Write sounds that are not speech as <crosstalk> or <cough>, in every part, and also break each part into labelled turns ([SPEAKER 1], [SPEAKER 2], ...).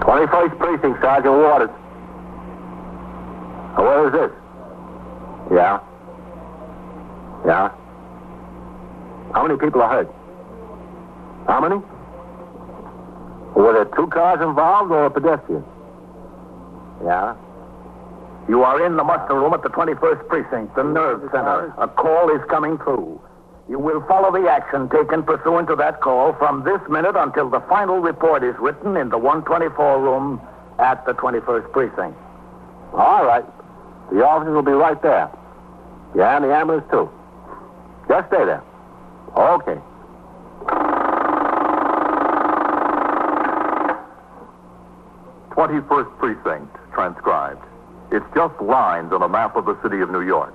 [SPEAKER 1] 21st Precinct, Sergeant Waters. Uh, Where is this? Yeah? Yeah? How many people are hurt? How many? Were there two cars involved or a pedestrian? Yeah?
[SPEAKER 2] You are in the muster room at the 21st Precinct, the nerve center. A call is coming through. You will follow the action taken pursuant to that call from this minute until the final report is written in the 124 room at the 21st Precinct.
[SPEAKER 1] All right. The officers will be right there. Yeah, and the ambulance, too. Just stay there. Okay.
[SPEAKER 3] Twenty-first precinct, transcribed. It's just lines on a map of the city of New York.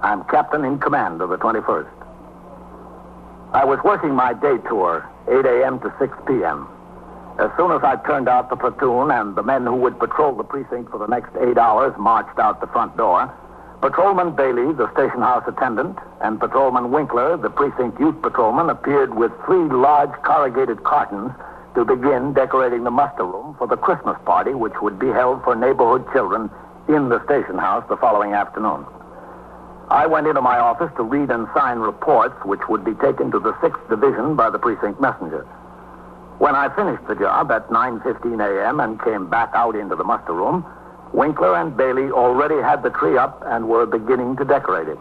[SPEAKER 2] I'm captain in command of the 21st. I was working my day tour, 8 a.m. to 6 p.m. As soon as I turned out the platoon and the men who would patrol the precinct for the next eight hours marched out the front door, Patrolman Bailey, the station house attendant, and Patrolman Winkler, the precinct youth patrolman, appeared with three large corrugated cartons to begin decorating the muster room for the Christmas party, which would be held for neighborhood children in the station house the following afternoon. I went into my office to read and sign reports, which would be taken to the 6th Division by the precinct messenger. When I finished the job at 9.15 a.m. and came back out into the muster room, Winkler and Bailey already had the tree up and were beginning to decorate it.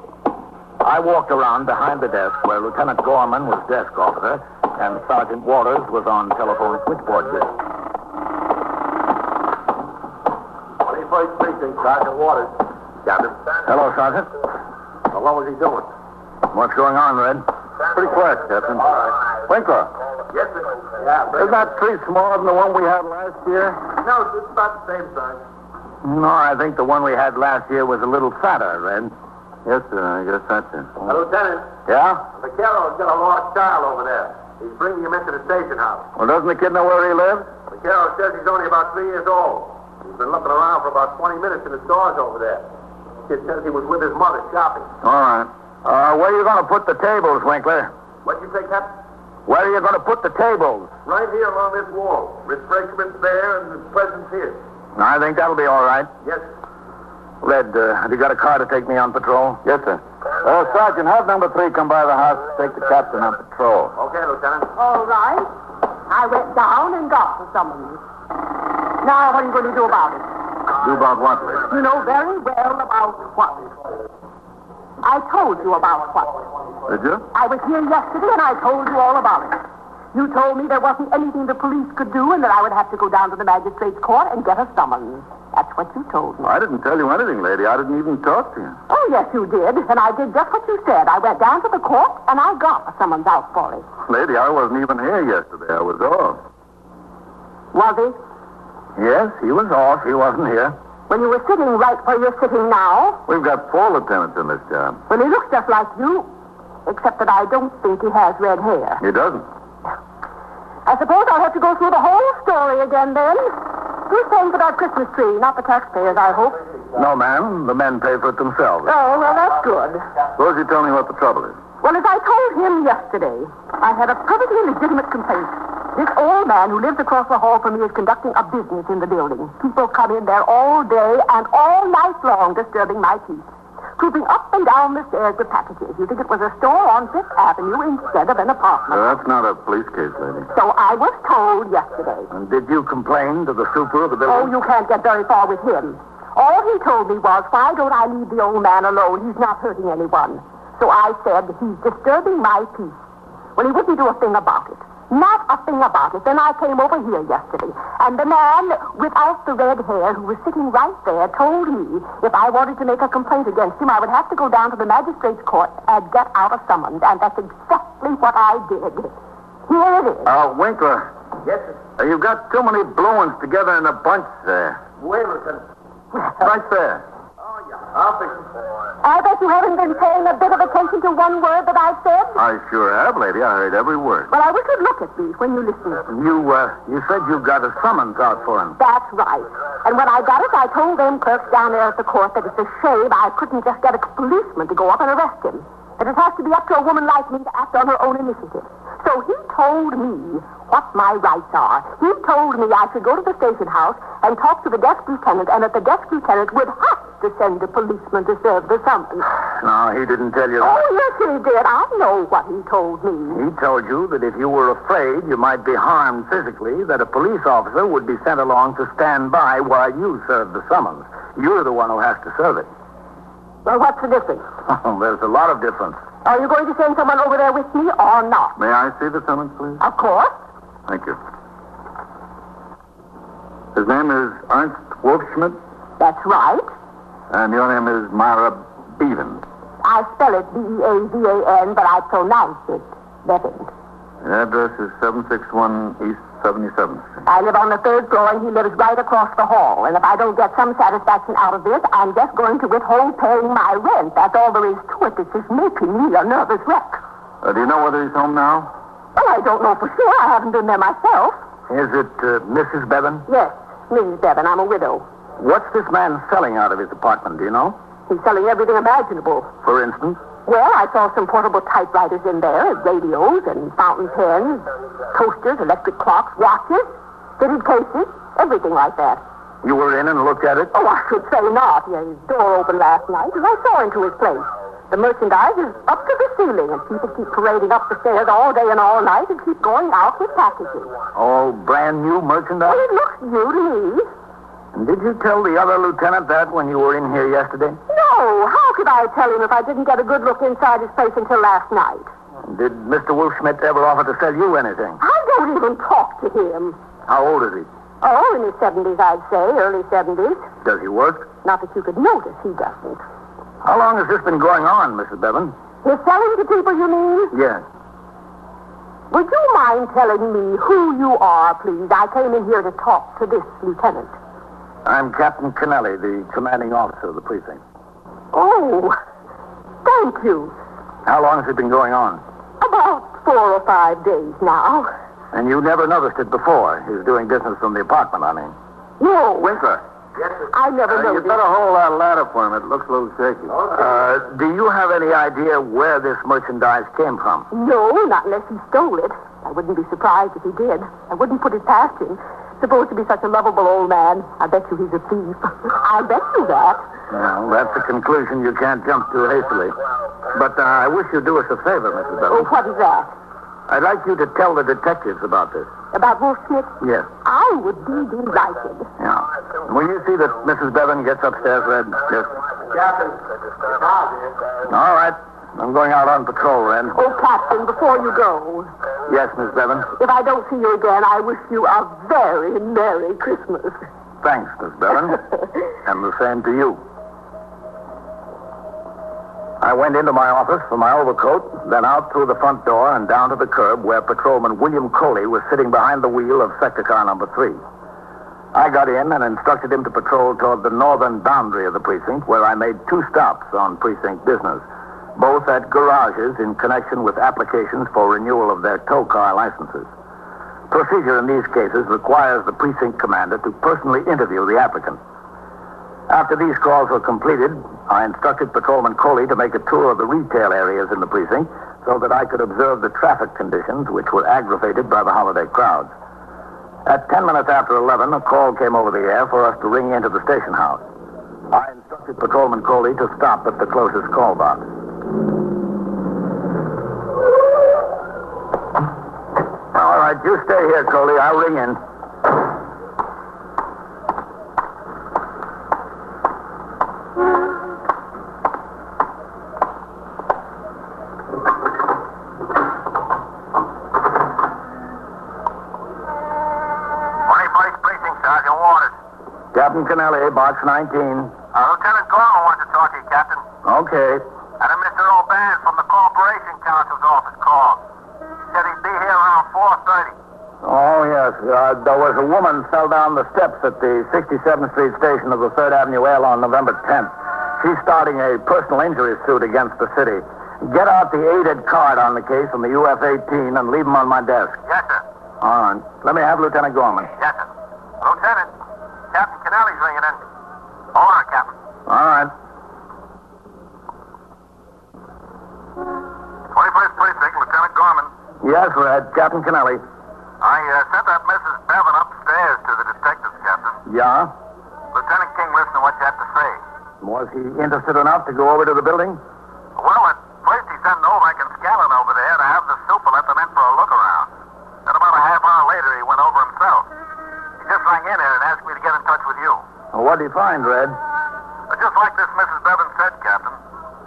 [SPEAKER 2] I walked around behind the desk where Lieutenant Gorman was desk officer and Sergeant Waters was on telephone switchboard duty.
[SPEAKER 4] 21st Precinct, Sergeant Waters. Captain.
[SPEAKER 2] Hello, Sergeant.
[SPEAKER 4] How long was he doing?
[SPEAKER 2] What's going on, Red?
[SPEAKER 4] Pretty quiet, Captain. All right.
[SPEAKER 2] Winkler,
[SPEAKER 4] Yes, sir. Yeah,
[SPEAKER 2] is that tree smaller than the one we had last year?
[SPEAKER 4] No, it's about the same size.
[SPEAKER 2] No, I think the one we had last year was a little fatter, Red.
[SPEAKER 1] Yes, sir. I guess that's it.
[SPEAKER 4] Lieutenant,
[SPEAKER 2] Yeah?
[SPEAKER 4] Vaquero's got a lost child over there. He's bringing him into the station house.
[SPEAKER 2] Well, doesn't the kid know where he lives?
[SPEAKER 4] Vaquero says he's only about three years old. He's been looking around for about 20 minutes in the stores over there. Kid says he was with his mother shopping.
[SPEAKER 2] All right. Uh, where are you going to put the tables, Winkler?
[SPEAKER 4] What'd you say, Captain?
[SPEAKER 2] Where are you going to put the tables?
[SPEAKER 4] Right here along this wall. Refreshments there and the presents here.
[SPEAKER 2] I think that'll be all right.
[SPEAKER 4] Yes.
[SPEAKER 2] Red, uh, have you got a car to take me on patrol? Yes, sir. Uh, Sergeant, have number three come by the house to take the captain on patrol.
[SPEAKER 4] Okay, Lieutenant.
[SPEAKER 5] All right. I went down and got the summons. Now, what are you going to do about it?
[SPEAKER 1] Do about what, Red?
[SPEAKER 5] You know very well about what. I told you about what.
[SPEAKER 1] Did you?
[SPEAKER 5] I was here yesterday and I told you all about it. You told me there wasn't anything the police could do and that I would have to go down to the magistrate's court and get a summons. That's what you told me.
[SPEAKER 1] I didn't tell you anything, lady. I didn't even talk to you.
[SPEAKER 5] Oh, yes, you did. And I did just what you said. I went down to the court and I got a summons out for it.
[SPEAKER 1] Lady, I wasn't even here yesterday. I was off.
[SPEAKER 5] Was it?
[SPEAKER 1] Yes, he was off. He wasn't here.
[SPEAKER 5] When you were sitting right where you're sitting now,
[SPEAKER 1] We've got four lieutenants in this job.
[SPEAKER 5] Well, he looks just like you, except that I don't think he has red hair.
[SPEAKER 1] He doesn't.
[SPEAKER 5] I suppose I'll have to go through the whole story again then. Who's paying for that Christmas tree? Not the taxpayers, I hope.
[SPEAKER 1] No, ma'am. The men pay for it themselves.
[SPEAKER 5] Oh, well, that's good.
[SPEAKER 1] Suppose you tell me what the trouble is.
[SPEAKER 5] Well, as I told him yesterday, I had a perfectly legitimate complaint. This old man who lives across the hall from me is conducting a business in the building. People come in there all day and all night long disturbing my peace. Creeping up and down the stairs with packages. You think it was a store on Fifth Avenue instead of an apartment.
[SPEAKER 1] Uh, that's not a police case, lady.
[SPEAKER 5] So I was told yesterday.
[SPEAKER 2] And did you complain to the super of the
[SPEAKER 5] Oh,
[SPEAKER 2] building?
[SPEAKER 5] you can't get very far with him. All he told me was, why don't I leave the old man alone? He's not hurting anyone. So I said, he's disturbing my peace. Well, he wouldn't do a thing about it. Not a thing about it. Then I came over here yesterday, and the man without the red hair who was sitting right there told me if I wanted to make a complaint against him, I would have to go down to the magistrate's court and get out a summons. And that's exactly what I did. Here it is.
[SPEAKER 1] Uh, Winkler,
[SPEAKER 4] Yes, sir.
[SPEAKER 5] <laughs>
[SPEAKER 1] uh, you've got too many blue ones together in a bunch there.
[SPEAKER 4] Wait, Lieutenant.
[SPEAKER 3] Right there.
[SPEAKER 4] Oh, yeah. I'll fix it.
[SPEAKER 5] I bet you haven't been paying a bit of attention to one word that I said.
[SPEAKER 3] I sure have, lady. I heard every word.
[SPEAKER 5] Well, I wish you'd look at me when you listen.
[SPEAKER 2] You, uh, you said you got a summons out for him.
[SPEAKER 5] That's right. And when I got it, I told them clerks down there at the court that it's a shame I couldn't just get a policeman to go up and arrest him. That it has to be up to a woman like me to act on her own initiative. So he told me what my rights are. He told me I should go to the station house and talk to the desk lieutenant, and that the desk lieutenant would have to send a policeman to serve the summons.
[SPEAKER 2] No, he didn't tell you
[SPEAKER 5] Oh,
[SPEAKER 2] that.
[SPEAKER 5] yes, he did. I know what he told me.
[SPEAKER 2] He told you that if you were afraid you might be harmed physically, that a police officer would be sent along to stand by while you served the summons. You're the one who has to serve it. <laughs>
[SPEAKER 5] Well, what's the difference?
[SPEAKER 2] Oh, there's a lot of difference.
[SPEAKER 5] Are you going to send someone over there with me or not?
[SPEAKER 3] May I see the summons, please?
[SPEAKER 5] Of course.
[SPEAKER 3] Thank you. His name is Ernst Wolfschmidt,
[SPEAKER 5] That's right.
[SPEAKER 3] and your name is Myra Bevan.
[SPEAKER 5] I spell it B-E-A-V-A-N, but I pronounce it Bevan.
[SPEAKER 3] The address is 761 East 77th Street.
[SPEAKER 5] I live on the third floor, and he lives right across the hall. And if I don't get some satisfaction out of this, I'm just going to withhold paying my rent. That's all there is to it. It's just making me a nervous wreck.
[SPEAKER 3] Uh, do you know whether he's home now?
[SPEAKER 5] Well, I don't know for sure. I haven't been there myself.
[SPEAKER 2] Is it uh, Mrs. Bevan?
[SPEAKER 5] Yes, Mrs. Bevan, I'm a widow.
[SPEAKER 2] What's this man selling out of his apartment, do you know?
[SPEAKER 5] He's selling everything imaginable.
[SPEAKER 2] For instance?
[SPEAKER 5] Well, I saw some portable typewriters in there, and radios and fountain pens, toasters, electric clocks, watches, fitted cases, everything like that.
[SPEAKER 2] You were in and looked at it?
[SPEAKER 5] Oh, I should say not. He had his door open last night, and I saw into his place. The merchandise is up to the ceiling, and people keep parading up the stairs all day and all night and keep going out with packages.
[SPEAKER 2] All brand new merchandise?
[SPEAKER 5] Well, it looks new to me.
[SPEAKER 2] And did you tell the other lieutenant that when you were in here yesterday?
[SPEAKER 5] No, how could I tell him if I didn't get a good look inside his place until last night?
[SPEAKER 2] Did Mr. Wolfschmidt ever offer to sell you anything?
[SPEAKER 5] I don't even talk to him.
[SPEAKER 2] How old is he?
[SPEAKER 5] Oh, in his 70s, I'd say, early 70s.
[SPEAKER 2] Does he work?
[SPEAKER 5] Not that you could notice he doesn't.
[SPEAKER 2] How long has this been going on, Mrs. Bevan?
[SPEAKER 5] He's selling to people, you mean?
[SPEAKER 2] Yes.
[SPEAKER 5] Would you mind telling me who you are, please? I came in here to talk to this lieutenant.
[SPEAKER 2] I'm Captain Kennelly, the commanding officer of the precinct.
[SPEAKER 5] Oh, thank you.
[SPEAKER 2] How long has it been going on?
[SPEAKER 5] About four or five days now.
[SPEAKER 2] And you never noticed it before. He was doing business from the apartment, I mean.
[SPEAKER 5] No,
[SPEAKER 3] Winkler.
[SPEAKER 4] Yes, sir.
[SPEAKER 5] I never
[SPEAKER 3] you
[SPEAKER 5] noticed.
[SPEAKER 3] better hold that ladder for him. It looks a little shaky.
[SPEAKER 2] Uh, do you have any idea where this merchandise came from?
[SPEAKER 5] No, not unless he stole it. I wouldn't be surprised if he did. I wouldn't put it past him. Supposed to be such a lovable old man. I bet you he's a thief. <laughs> I bet you that.
[SPEAKER 2] Well, that's a conclusion you can't jump to hastily. But uh, I wish you'd do us a favor, Mrs.
[SPEAKER 5] Oh,
[SPEAKER 2] Bevan.
[SPEAKER 5] what is that?
[SPEAKER 2] I'd like you to tell the detectives about this.
[SPEAKER 5] About Wolf Smith?
[SPEAKER 2] Yes.
[SPEAKER 5] I would be delighted.
[SPEAKER 2] Yeah. Will you see that Mrs. Bevan gets upstairs, Red? Yes.
[SPEAKER 4] Captain. Captain.
[SPEAKER 2] All right. I'm going out on patrol, Red.
[SPEAKER 5] Oh, Captain, before you go,
[SPEAKER 2] Yes, Miss Bevan.
[SPEAKER 5] if I don't see you again, I wish you a very Merry Christmas.
[SPEAKER 2] Thanks, Miss Bevan. and the same to you. I went into my office for my overcoat, then out through the front door and down to the curb where Patrolman William Coley was sitting behind the wheel of sector car number three. I got in and instructed him to patrol toward the northern boundary of the precinct, where I made two stops on precinct business, both at garages in connection with applications for renewal of their tow car licenses. Procedure in these cases requires the precinct commander to personally interview the applicant. After these calls were completed, I instructed Patrolman Coley to make a tour of the retail areas in the precinct so that I could observe the traffic conditions which were aggravated by the holiday crowds. At 10 minutes after 11, a call came over the air for us to ring into the station house. I instructed Patrolman Coley to stop at the closest call box. All right, you stay here, Coley. I'll ring in.
[SPEAKER 4] Twenty-first precinct, Sergeant Waters.
[SPEAKER 2] Captain Kennelly, box 19.
[SPEAKER 4] Uh, Lieutenant Gorman wants to talk to you, Captain.
[SPEAKER 2] Okay.
[SPEAKER 4] And a Mr. O'Ban from the Corporation Counsel's office called. He said he'd be here around 4.30.
[SPEAKER 2] Oh, yeah, Yes, uh, there was a woman fell down the steps at the 67th Street station of the 3rd Avenue L on November 10th. She's starting a personal injury suit against the city. Get out the aided card on the case from the UF-18 and leave them on my desk.
[SPEAKER 4] Yes, sir.
[SPEAKER 2] All right. Let me have Lieutenant Gorman.
[SPEAKER 4] Yes, sir. Lieutenant, Captain Canelli's ringing in. Hold on, Captain.
[SPEAKER 2] All right.
[SPEAKER 4] 21st Precinct, Lieutenant Gorman.
[SPEAKER 2] Yes, Red. Captain Kennelly.
[SPEAKER 4] I uh, sent that Mrs. Bevan upstairs to the detectives, Captain.
[SPEAKER 2] Yeah?
[SPEAKER 4] Lieutenant King listened to what you had to say.
[SPEAKER 2] Was he interested enough to go over to the building?
[SPEAKER 4] Well, at first he sent Novak and Scanlon over there to have the super let them in for a look around. Then about a half hour later, he went over himself. He just rang in here and asked me to get in touch with you.
[SPEAKER 2] What did Uh, he find, Red?
[SPEAKER 4] But just like this Mrs. Bevan said, Captain,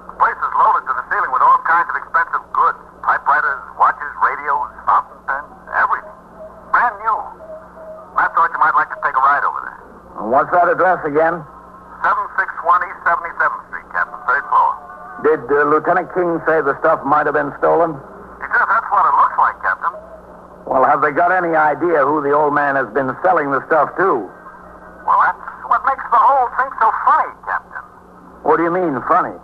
[SPEAKER 4] the place is loaded to the ceiling with all kinds of expensive goods. Typewriters, watches, radios, fountain pens, everything. Brand new. I thought you might like to take a ride over there.
[SPEAKER 2] Uh, What's that address again?
[SPEAKER 4] 761 East 77th Street, Captain, third floor.
[SPEAKER 2] Did uh, Lieutenant King say the stuff might have been stolen?
[SPEAKER 4] He says that's what it looks like, Captain.
[SPEAKER 2] Well, have they got any idea who the old man has been selling the stuff to?
[SPEAKER 4] Well, that's what makes the whole thing so funny, Captain.
[SPEAKER 2] What do you mean, funny?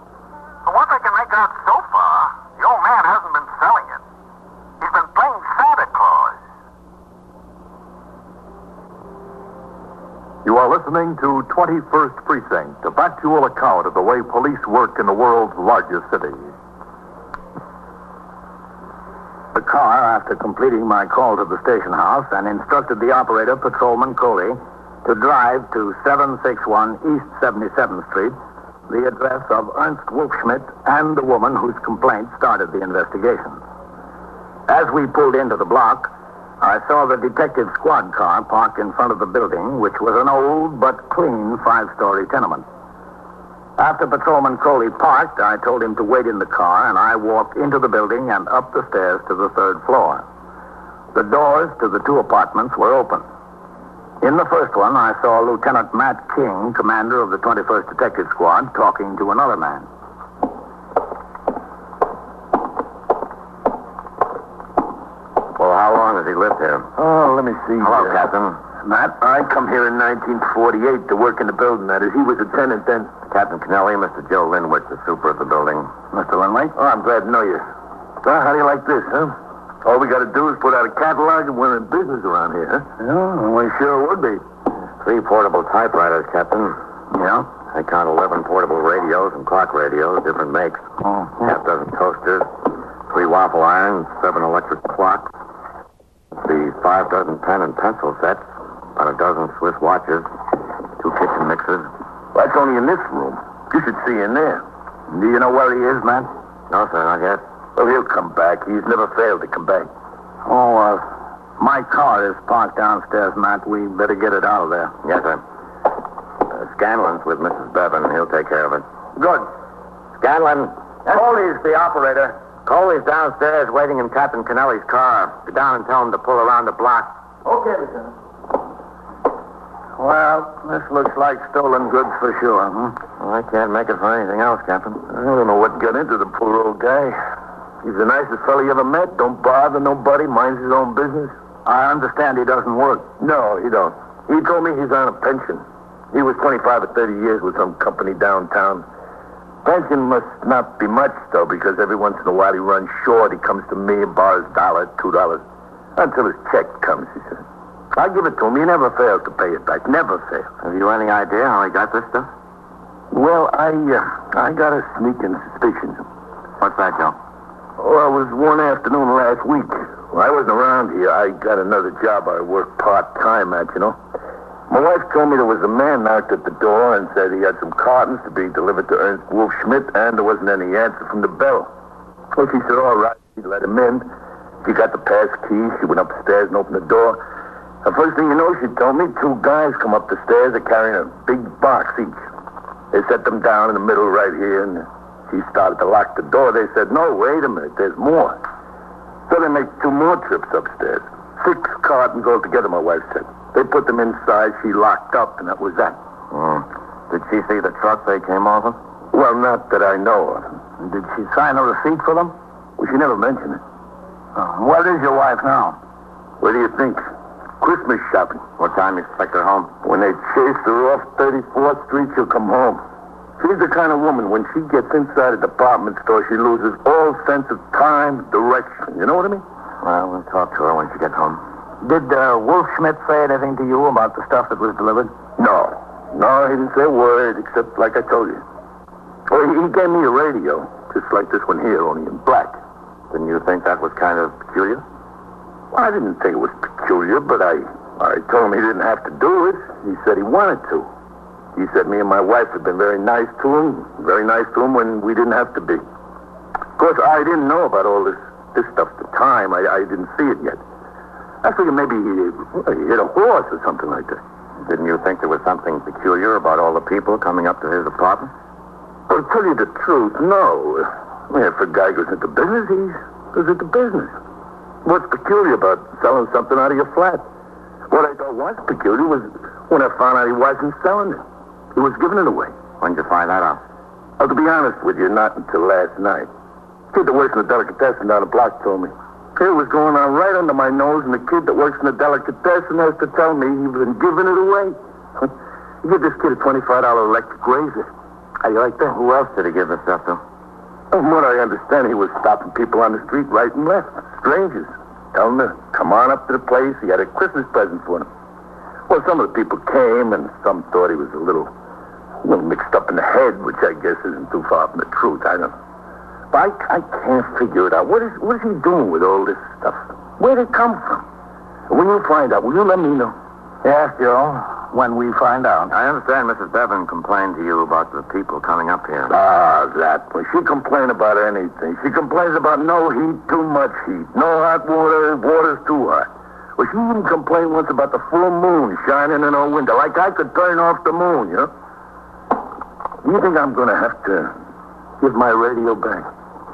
[SPEAKER 4] The one I can make out so far, the old man hasn't been selling it. He's been playing Santa Claus.
[SPEAKER 3] You are listening to 21st Precinct, a factual account of the way police work in the world's largest city.
[SPEAKER 2] The car, after completing my call to the station house, and instructed the operator, Patrolman Coley, to drive to 761 East 77th Street, the address of Ernst Wolfschmidt and the woman whose complaint started the investigation. As we pulled into the block, I saw the detective squad car parked in front of the building, which was an old but clean five-story tenement. After Patrolman Coley parked, I told him to wait in the car, and I walked into the building and up the stairs to the third floor. The doors to the two apartments were open. In the first one, I saw Lieutenant Matt King, commander of the 21st Detective Squad, talking to another man.
[SPEAKER 1] Well, how long has he lived here?
[SPEAKER 6] Oh, let me see.
[SPEAKER 1] Hello,
[SPEAKER 6] here.
[SPEAKER 1] Captain.
[SPEAKER 6] Matt, I come here in 1948 to work in the building. That is, he was a tenant then.
[SPEAKER 1] Captain Kennelly, Mr. Joe Linwood, the super of the building.
[SPEAKER 2] Mr. Linway?
[SPEAKER 6] Oh, I'm glad to know you. Well, how do you like this, huh? All we got to do is put out a catalog and we're in business around here, huh? Oh,
[SPEAKER 2] Yeah, we sure would be.
[SPEAKER 1] Three portable typewriters, Captain.
[SPEAKER 2] Yeah?
[SPEAKER 1] I count 11 portable radios and clock radios, different makes.
[SPEAKER 2] Oh, yeah.
[SPEAKER 1] Half dozen toasters, three waffle irons, seven electric clocks, the five dozen pen and pencil sets, about a dozen Swiss watches, two kitchen mixers.
[SPEAKER 6] Well, that's only in this room. You should see in there.
[SPEAKER 2] Do you know where he is, Matt?
[SPEAKER 1] No, sir, not yet.
[SPEAKER 6] Well, he'll come back. He's never failed to come back.
[SPEAKER 2] Oh, uh, my car is parked downstairs, Matt. We better get it out of there.
[SPEAKER 1] Yes, sir. Uh, Scanlon's with Mrs. Bevan. He'll take care of it.
[SPEAKER 2] Good.
[SPEAKER 1] Scanlon,
[SPEAKER 2] Coley's the operator.
[SPEAKER 1] Coley's downstairs waiting in Captain Kennelly's car. Go down and tell him to pull around the block.
[SPEAKER 4] Okay, Lieutenant.
[SPEAKER 2] Well, this looks like stolen goods for sure, hmm?
[SPEAKER 1] Well, I can't make it for anything else, Captain.
[SPEAKER 6] I don't know what got into the poor old guy. He's the nicest fellow you ever met. Don't bother nobody. Minds his own business.
[SPEAKER 2] I understand he doesn't work.
[SPEAKER 6] No, he don't. He told me he's on a pension. He was 25 or 30 years with some company downtown. Pension must not be much, though, because every once in a while he runs short. He comes to me and borrows dollar, two dollars, until his check comes, he says. I give it to him. He never fails to pay it back. Never fails.
[SPEAKER 1] Have you any idea how he got this stuff?
[SPEAKER 6] Well, I, uh, I got a sneaking suspicion.
[SPEAKER 1] What's that, Joe?
[SPEAKER 6] Oh, I was one afternoon last week. Well, I wasn't around here. I got another job I worked part-time at, you know. My wife told me there was a man knocked at the door and said he had some cartons to be delivered to Ernst Wolf Schmidt, and there wasn't any answer from the bell. Well, she said, all right, she let him in. She got the pass key. She went upstairs and opened the door. The first thing you know, she told me two guys come up the stairs. They're carrying a big box each. They set them down in the middle right here, and she started to lock the door. They said, no, wait a minute, there's more. So they make two more trips upstairs. Six cartons altogether, my wife said. They put them inside, she locked up, and that was that.
[SPEAKER 1] Hmm. Did she see the truck they came off of?
[SPEAKER 6] Well, not that I know of.
[SPEAKER 2] Did she sign a receipt for them?
[SPEAKER 6] Well, she never mentioned it.
[SPEAKER 1] Oh.
[SPEAKER 2] Uh, where is your wife now?
[SPEAKER 6] What do you think?
[SPEAKER 2] Christmas shopping.
[SPEAKER 1] What time you expect her home?
[SPEAKER 2] When they chase her off 34th Street, she'll come home. She's the kind of woman, when she gets inside a department store, she loses all sense of time, direction. You know what I mean?
[SPEAKER 1] Well, we'll talk to her when she gets home.
[SPEAKER 6] Did uh, Wolf Schmidt say anything to you about the stuff that was delivered?
[SPEAKER 2] No. No, he didn't say a word, except like I told you. Well, he he gave me a radio, just like this one here, only in black.
[SPEAKER 1] Didn't you think that was kind of peculiar?
[SPEAKER 2] Well, I didn't think it was peculiar, but I, I told him he didn't have to do it. He said he wanted to. He said me and my wife had been very nice to him, very nice to him when we didn't have to be. Of course, I didn't know about all this, this stuff at the time. I, I didn't see it yet. I figured maybe he, well, he hit a horse or something like that.
[SPEAKER 1] Didn't you think there was something peculiar about all the people coming up to his apartment?
[SPEAKER 2] Well, to tell you the truth, no. I mean, if a guy goes into business, he goes into business. What's peculiar about selling something out of your flat? What I thought was peculiar was when I found out he wasn't selling it. He was giving it away.
[SPEAKER 1] When did you find that out?
[SPEAKER 2] Well, to be honest with you, not until last night. Kid that works in the delicatessen down the block told me. It was going on right under my nose, and the kid that works in the delicatessen has to tell me he's been giving it away. He give this kid a $25 electric razor. How you like that?
[SPEAKER 1] Who else did he give this stuff to?
[SPEAKER 2] From what I understand, he was stopping people on the street right and left, strangers. Telling them to come on up to the place. He had a Christmas present for them. Well, some of the people came, and some thought he was a little, a little mixed up in the head, which I guess isn't too far from the truth. I don't. But I, I can't figure it out. What is, what is he doing with all this stuff? Where did it come from? When you find out, will you let me know?
[SPEAKER 6] Yes, Joe. When we find out.
[SPEAKER 1] I understand Mrs. Bevan complained to you about the people coming up here.
[SPEAKER 2] Ah, that one. She complained about anything. She complains about no heat, too much heat. No hot water, water's too hot. Well, she even complained once about the full moon shining in her window, like I could turn off the moon, you know? Do you think I'm going to have to give my radio back?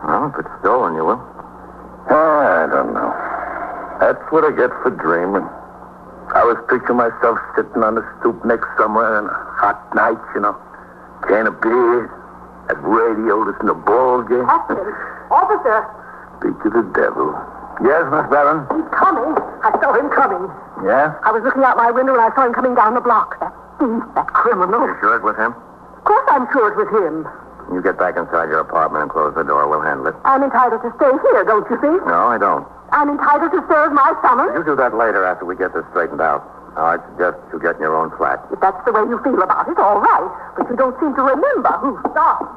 [SPEAKER 1] Well, if it's stolen, you will.
[SPEAKER 2] Ah, I don't know. That's what I get for dreaming. I was picturing myself sitting on the stoop next summer on a hot night, you know. Can of beer, that radio, listen to ball game.
[SPEAKER 5] <laughs> Captain, officer,
[SPEAKER 2] Speak to the devil.
[SPEAKER 6] Yes, Miss Bevan?
[SPEAKER 5] he's coming. I saw him coming.
[SPEAKER 6] Yes?
[SPEAKER 5] I was looking out my window and I saw him coming down the block. That thief, that criminal.
[SPEAKER 1] You sure it was him?
[SPEAKER 5] Of course I'm sure it was him.
[SPEAKER 1] You get back inside your apartment and close the door. We'll handle it.
[SPEAKER 5] I'm entitled to stay here, don't you think?
[SPEAKER 1] No, I don't.
[SPEAKER 5] I'm entitled to serve my summons.
[SPEAKER 1] You do that later after we get this straightened out. I suggest you get in your own flat.
[SPEAKER 5] If that's the way you feel about it, all right. But you don't seem to remember who started.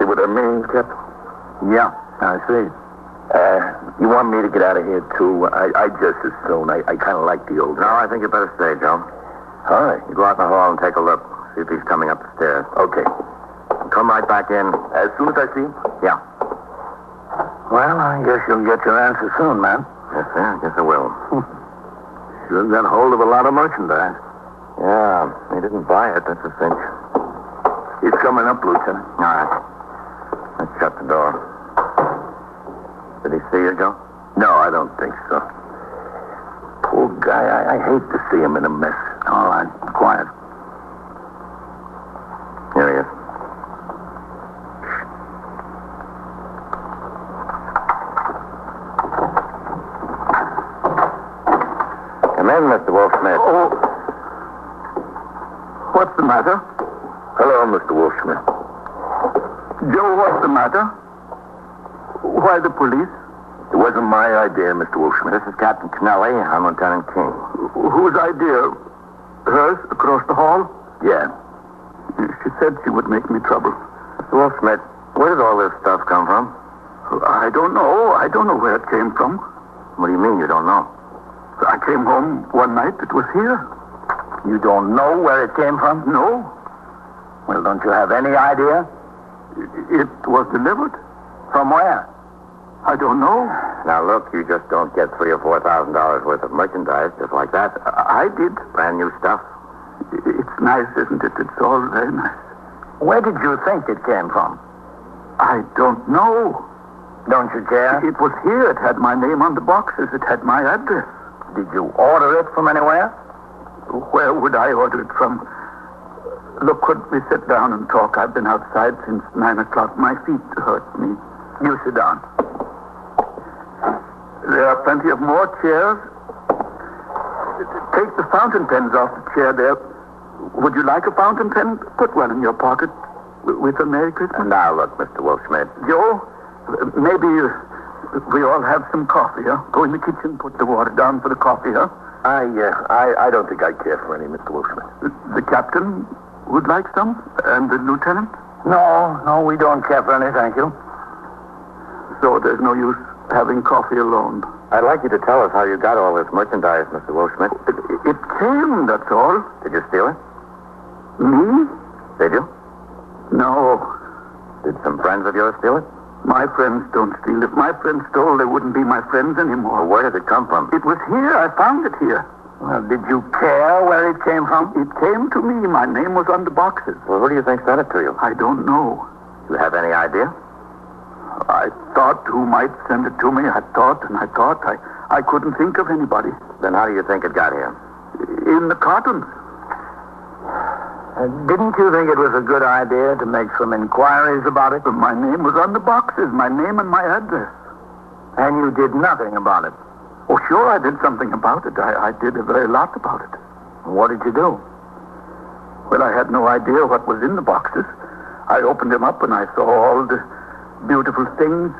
[SPEAKER 2] See what I mean, Captain?
[SPEAKER 6] Yeah, I see.
[SPEAKER 2] Uh, you want me to get out of here, too? I, I just as soon. I, I kind of like the old
[SPEAKER 1] No, I think you better stay, Joe.
[SPEAKER 2] All right.
[SPEAKER 1] You go out in the hall and take a look. See if he's coming up the stairs.
[SPEAKER 2] Okay.
[SPEAKER 1] Come right back in.
[SPEAKER 2] As soon as I see him.
[SPEAKER 1] Yeah.
[SPEAKER 6] Well, I guess you'll get your answer soon, man.
[SPEAKER 1] Yes, sir. I guess I will.
[SPEAKER 6] You've got hold of a lot of merchandise.
[SPEAKER 1] Yeah. He didn't buy it. That's a cinch.
[SPEAKER 2] He's coming up, Lieutenant.
[SPEAKER 1] All right. Let's shut the door. Did he see you, Joe?
[SPEAKER 2] No, I don't think so. Poor guy. I, I hate to see him in a mess.
[SPEAKER 6] All right, quiet.
[SPEAKER 1] Here he is. Come in, Mr. Wolfsmith.
[SPEAKER 6] Oh. What's the matter?
[SPEAKER 2] Hello, Mr. Wolfsmith.
[SPEAKER 6] Joe, what's the matter? Why the police?
[SPEAKER 2] It wasn't my idea, Mr. Wolfsmith.
[SPEAKER 1] This is Captain Kennelly. I'm Lieutenant King.
[SPEAKER 6] Whose idea? Hers, across the hall?
[SPEAKER 2] Yeah.
[SPEAKER 6] She said she would make me trouble.
[SPEAKER 1] Mr. Wolfsmith, where did all this stuff come from?
[SPEAKER 6] I don't know. I don't know where it came from.
[SPEAKER 1] What do you mean you don't know?
[SPEAKER 6] I came home one night. It was here. You don't know where it came from? No. Well, don't you have any idea? It was delivered. From where? I don't know.
[SPEAKER 1] Now look, you just don't get three or four thousand dollars worth of merchandise just like that.
[SPEAKER 6] I did.
[SPEAKER 1] Brand new stuff.
[SPEAKER 6] It's nice, isn't it? It's all very nice. Where did you think it came from? I don't know. Don't you care? It was here. It had my name on the boxes. It had my address. Did you order it from anywhere? Where would I order it from? Look, could we sit down and talk? I've been outside since nine o'clock. My feet hurt me. You sit down. There are plenty of more chairs. Take the fountain pens off the chair there. Would you like a fountain pen? Put one in your pocket w- with a Merry Christmas.
[SPEAKER 1] Now, look, Mr. Wolfsmith.
[SPEAKER 6] Joe, maybe uh, we all have some coffee, huh? Go in the kitchen, put the water down for the coffee, huh?
[SPEAKER 1] I, uh, I, I don't think I care for any, Mr. Wolfsmith.
[SPEAKER 6] The captain would like some, and the lieutenant.
[SPEAKER 1] No, no, we don't care for any, thank you.
[SPEAKER 6] So there's no use having coffee alone.
[SPEAKER 1] I'd like you to tell us how you got all this merchandise, Mr. Wolfsmith.
[SPEAKER 6] It, it came, that's all.
[SPEAKER 1] Did you steal it?
[SPEAKER 6] Me?
[SPEAKER 1] Did you?
[SPEAKER 6] No,
[SPEAKER 1] Did some friends of yours steal it?
[SPEAKER 6] my friends don't steal. If my friends stole, they wouldn't be my friends anymore.
[SPEAKER 1] Where did it come from?
[SPEAKER 6] It was here. I found it here.
[SPEAKER 1] Well, did you care where it came from?
[SPEAKER 6] It came to me. My name was on the boxes.
[SPEAKER 1] Well, who do you think sent it to you?
[SPEAKER 6] I don't know.
[SPEAKER 1] You have any idea?
[SPEAKER 6] I thought who might send it to me. I thought and I thought. I, I couldn't think of anybody.
[SPEAKER 1] Then how do you think it got here?
[SPEAKER 6] In the cartons.
[SPEAKER 1] Uh, didn't you think it was a good idea to make some inquiries about it?
[SPEAKER 6] My name was on the boxes. My name and my address.
[SPEAKER 1] And you did nothing about it.
[SPEAKER 6] Oh, sure, I did something about it. I, I did a very lot about it.
[SPEAKER 1] What did you do?
[SPEAKER 6] Well, I had no idea what was in the boxes. I opened them up and I saw all the beautiful things,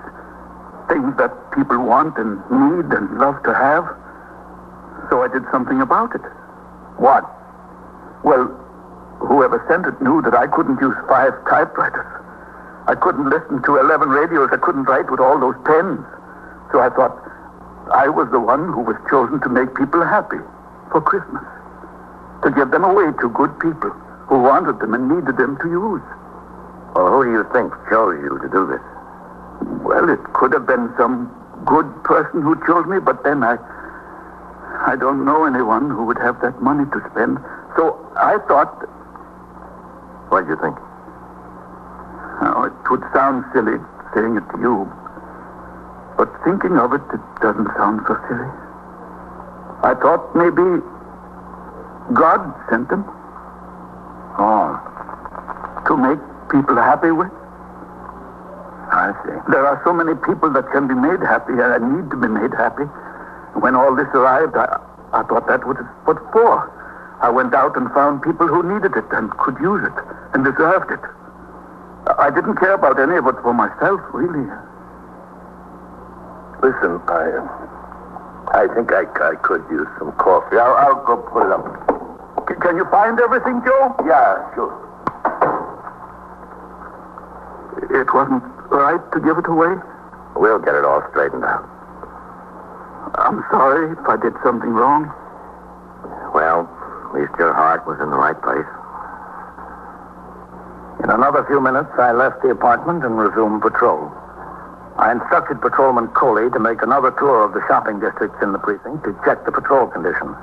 [SPEAKER 6] things that people want and need and love to have. So I did something about it.
[SPEAKER 1] What?
[SPEAKER 6] Well, whoever sent it knew that I couldn't use five typewriters. I couldn't listen to 11 radios. I couldn't write with all those pens. So I thought I was the one who was chosen to make people happy for Christmas, to give them away to good people who wanted them and needed them to use.
[SPEAKER 1] Well, who do you think chose you to do this?
[SPEAKER 6] Well, it could have been some good person who chose me, but then I. I don't know anyone who would have that money to spend. So I thought
[SPEAKER 1] What did you think?
[SPEAKER 6] Now, it would sound silly saying it to you, but thinking of it, it doesn't sound so silly. I thought maybe God sent them. Oh. To make people happy with.
[SPEAKER 1] I see.
[SPEAKER 6] There are so many people that can be made happy and need to be made happy. When all this arrived, I, I thought that was what for. I went out and found people who needed it and could use it and deserved it. I I didn't care about any of it for myself, really.
[SPEAKER 1] Listen, I, I think I, I could use some coffee. I'll, I'll go put it up.
[SPEAKER 6] C- can you find everything, Joe?
[SPEAKER 1] Yeah, sure.
[SPEAKER 6] It wasn't right to give it away.
[SPEAKER 1] We'll get it all straightened out.
[SPEAKER 6] I'm sorry if I did something wrong.
[SPEAKER 1] Well, at least your heart was in the right place.
[SPEAKER 2] In another few minutes, I left the apartment and resumed patrol. I instructed Patrolman Coley to make another tour of the shopping districts in the precinct to check the patrol conditions.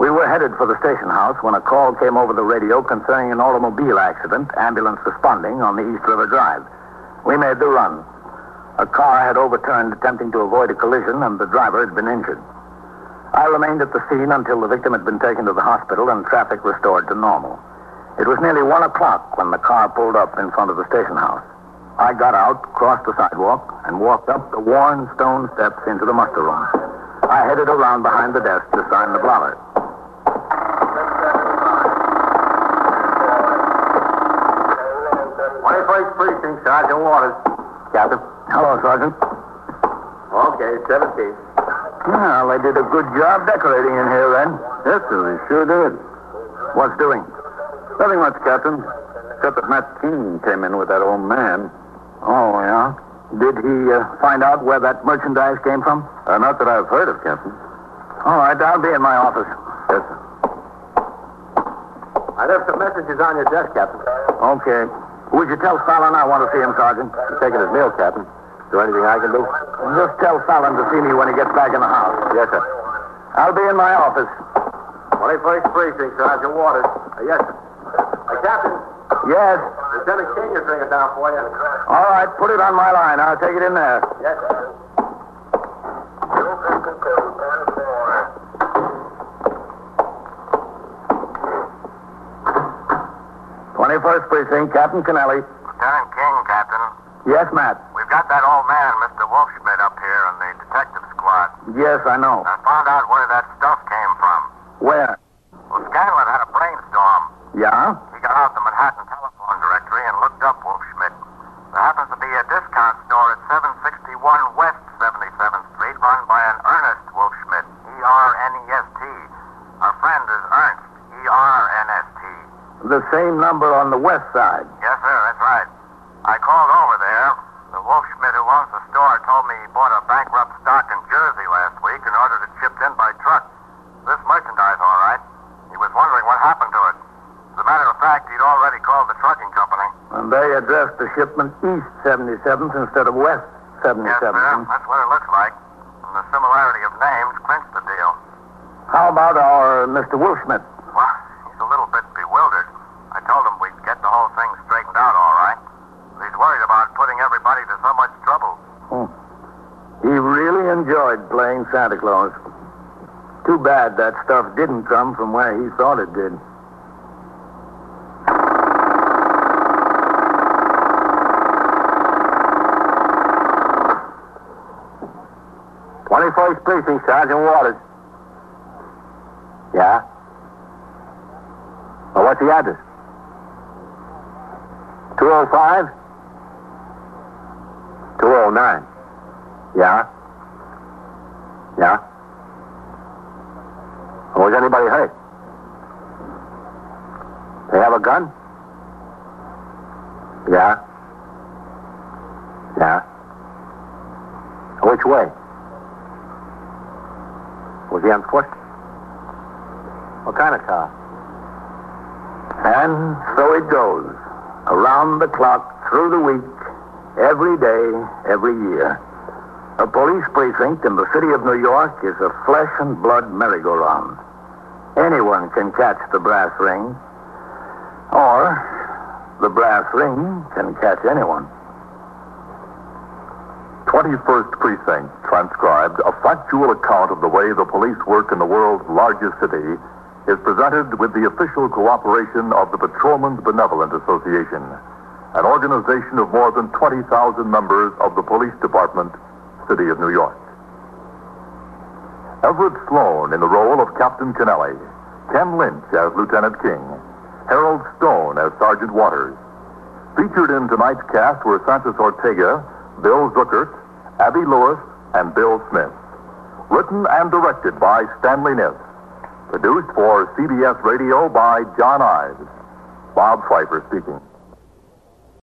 [SPEAKER 2] We were headed for the station house when a call came over the radio concerning an automobile accident, ambulance responding on the East River Drive. We made the run. A car had overturned attempting to avoid a collision, and the driver had been injured. I remained at the scene until the victim had been taken to the hospital and traffic restored to normal. It was nearly one o'clock when the car pulled up in front of the station house. I got out, crossed the sidewalk, and walked up the worn stone steps into the muster room. I headed around behind the desk to sign the blotter.
[SPEAKER 1] Twenty-first precinct, Sergeant Waters.
[SPEAKER 2] Captain. Hello, Sergeant.
[SPEAKER 1] Okay, seventeen.
[SPEAKER 2] Well, they did a good job decorating in here, then.
[SPEAKER 1] Yes, sir, they sure did.
[SPEAKER 2] What's doing?
[SPEAKER 1] Nothing much, Captain. Except that Matt Keene came in with that old man.
[SPEAKER 2] Oh, yeah. Did he uh, find out where that merchandise came from?
[SPEAKER 1] Uh, not that I've heard of, Captain.
[SPEAKER 2] All right, I'll be in my office.
[SPEAKER 1] Yes, sir. I left some messages on your desk, Captain.
[SPEAKER 2] Okay. Would you tell Fallon I want to see him, Sergeant?
[SPEAKER 1] Taking his meal, Captain. Is there anything I can do?
[SPEAKER 2] Just tell Fallon to see me when he gets back in the house.
[SPEAKER 1] Yes, sir.
[SPEAKER 2] I'll be in my office.
[SPEAKER 1] 21st Precinct, Sergeant Waters. Uh, yes, sir. Uh, Captain,
[SPEAKER 2] Yes.
[SPEAKER 1] Lieutenant King is ringing down for you.
[SPEAKER 2] All right, put it on my line. I'll take it in there.
[SPEAKER 1] Yes, sir.
[SPEAKER 2] Twenty-first precinct, Captain Kennelly.
[SPEAKER 4] Lieutenant King, Captain.
[SPEAKER 2] Yes, Matt.
[SPEAKER 4] We've got that old man, Mr. Wolfschmidt, up here in the detective squad.
[SPEAKER 2] Yes, I know.
[SPEAKER 4] I found out where that stuff came from.
[SPEAKER 2] Where?
[SPEAKER 4] Well, Scanlon had a brainstorm.
[SPEAKER 2] Yeah?
[SPEAKER 4] He got out the Manhattan telephone directory and looked up Wolfschmidt. There happens to be a discount store at 761 West 77th Street run by an Ernest E Wolfschmidt, E-R-N-E-S-T. Our friend is Ernst, E E-R-N-S-T.
[SPEAKER 2] The same number on the west side.
[SPEAKER 4] Yes, sir, that's right. I called over there. The Wolfschmidt who owns the store told me he bought a bankrupt stock in Jersey last week and ordered it shipped in by truck. This merchandise, all right. He was wondering what happened to it. As a matter of fact, he'd already called the trucking company.
[SPEAKER 2] And they addressed the shipment east 77th instead of west
[SPEAKER 4] Yes,
[SPEAKER 2] 77th.
[SPEAKER 4] sir. That's what it looks like. And the similarity of names clinched the deal.
[SPEAKER 2] How about our Mr. Wolfschmidt?
[SPEAKER 4] Well, he's a little bit bewildered. I told him we'd get the whole thing straightened out all right. But he's worried about putting everybody to so much trouble.
[SPEAKER 2] He really enjoyed playing Santa Claus. Too bad that stuff didn't come from where he thought it did.
[SPEAKER 7] Twenty-first precinct, Sergeant Waters.
[SPEAKER 1] Yeah? Well, what's the address? 205? 209. Yeah? Yeah? Was anybody hurt? They have a gun? Yeah? Yeah? Which way? Was he on foot? What kind of car?
[SPEAKER 2] And so it goes. Around the clock, through the week, every day, every year. A police precinct in the city of New York is a flesh and blood merry-go-round. Anyone can catch the brass ring, or the brass ring can catch anyone.
[SPEAKER 6] 21st Precinct transcribed a factual account of the way the police work in the world's largest city is presented with the official cooperation of the Patrolmen's Benevolent Association, an organization of more than 20,000 members of the Police Department, City of New York. Everett Sloan in the role of Captain Kennelly, Ken Lynch as Lieutenant King, Harold Stone as Sergeant Waters, Featured in tonight's cast were Francis Ortega, Bill Zuckert, Abby Lewis, and Bill Smith. Written and directed by Stanley Niss. Produced for CBS Radio by John Ives. Bob Pfeiffer speaking.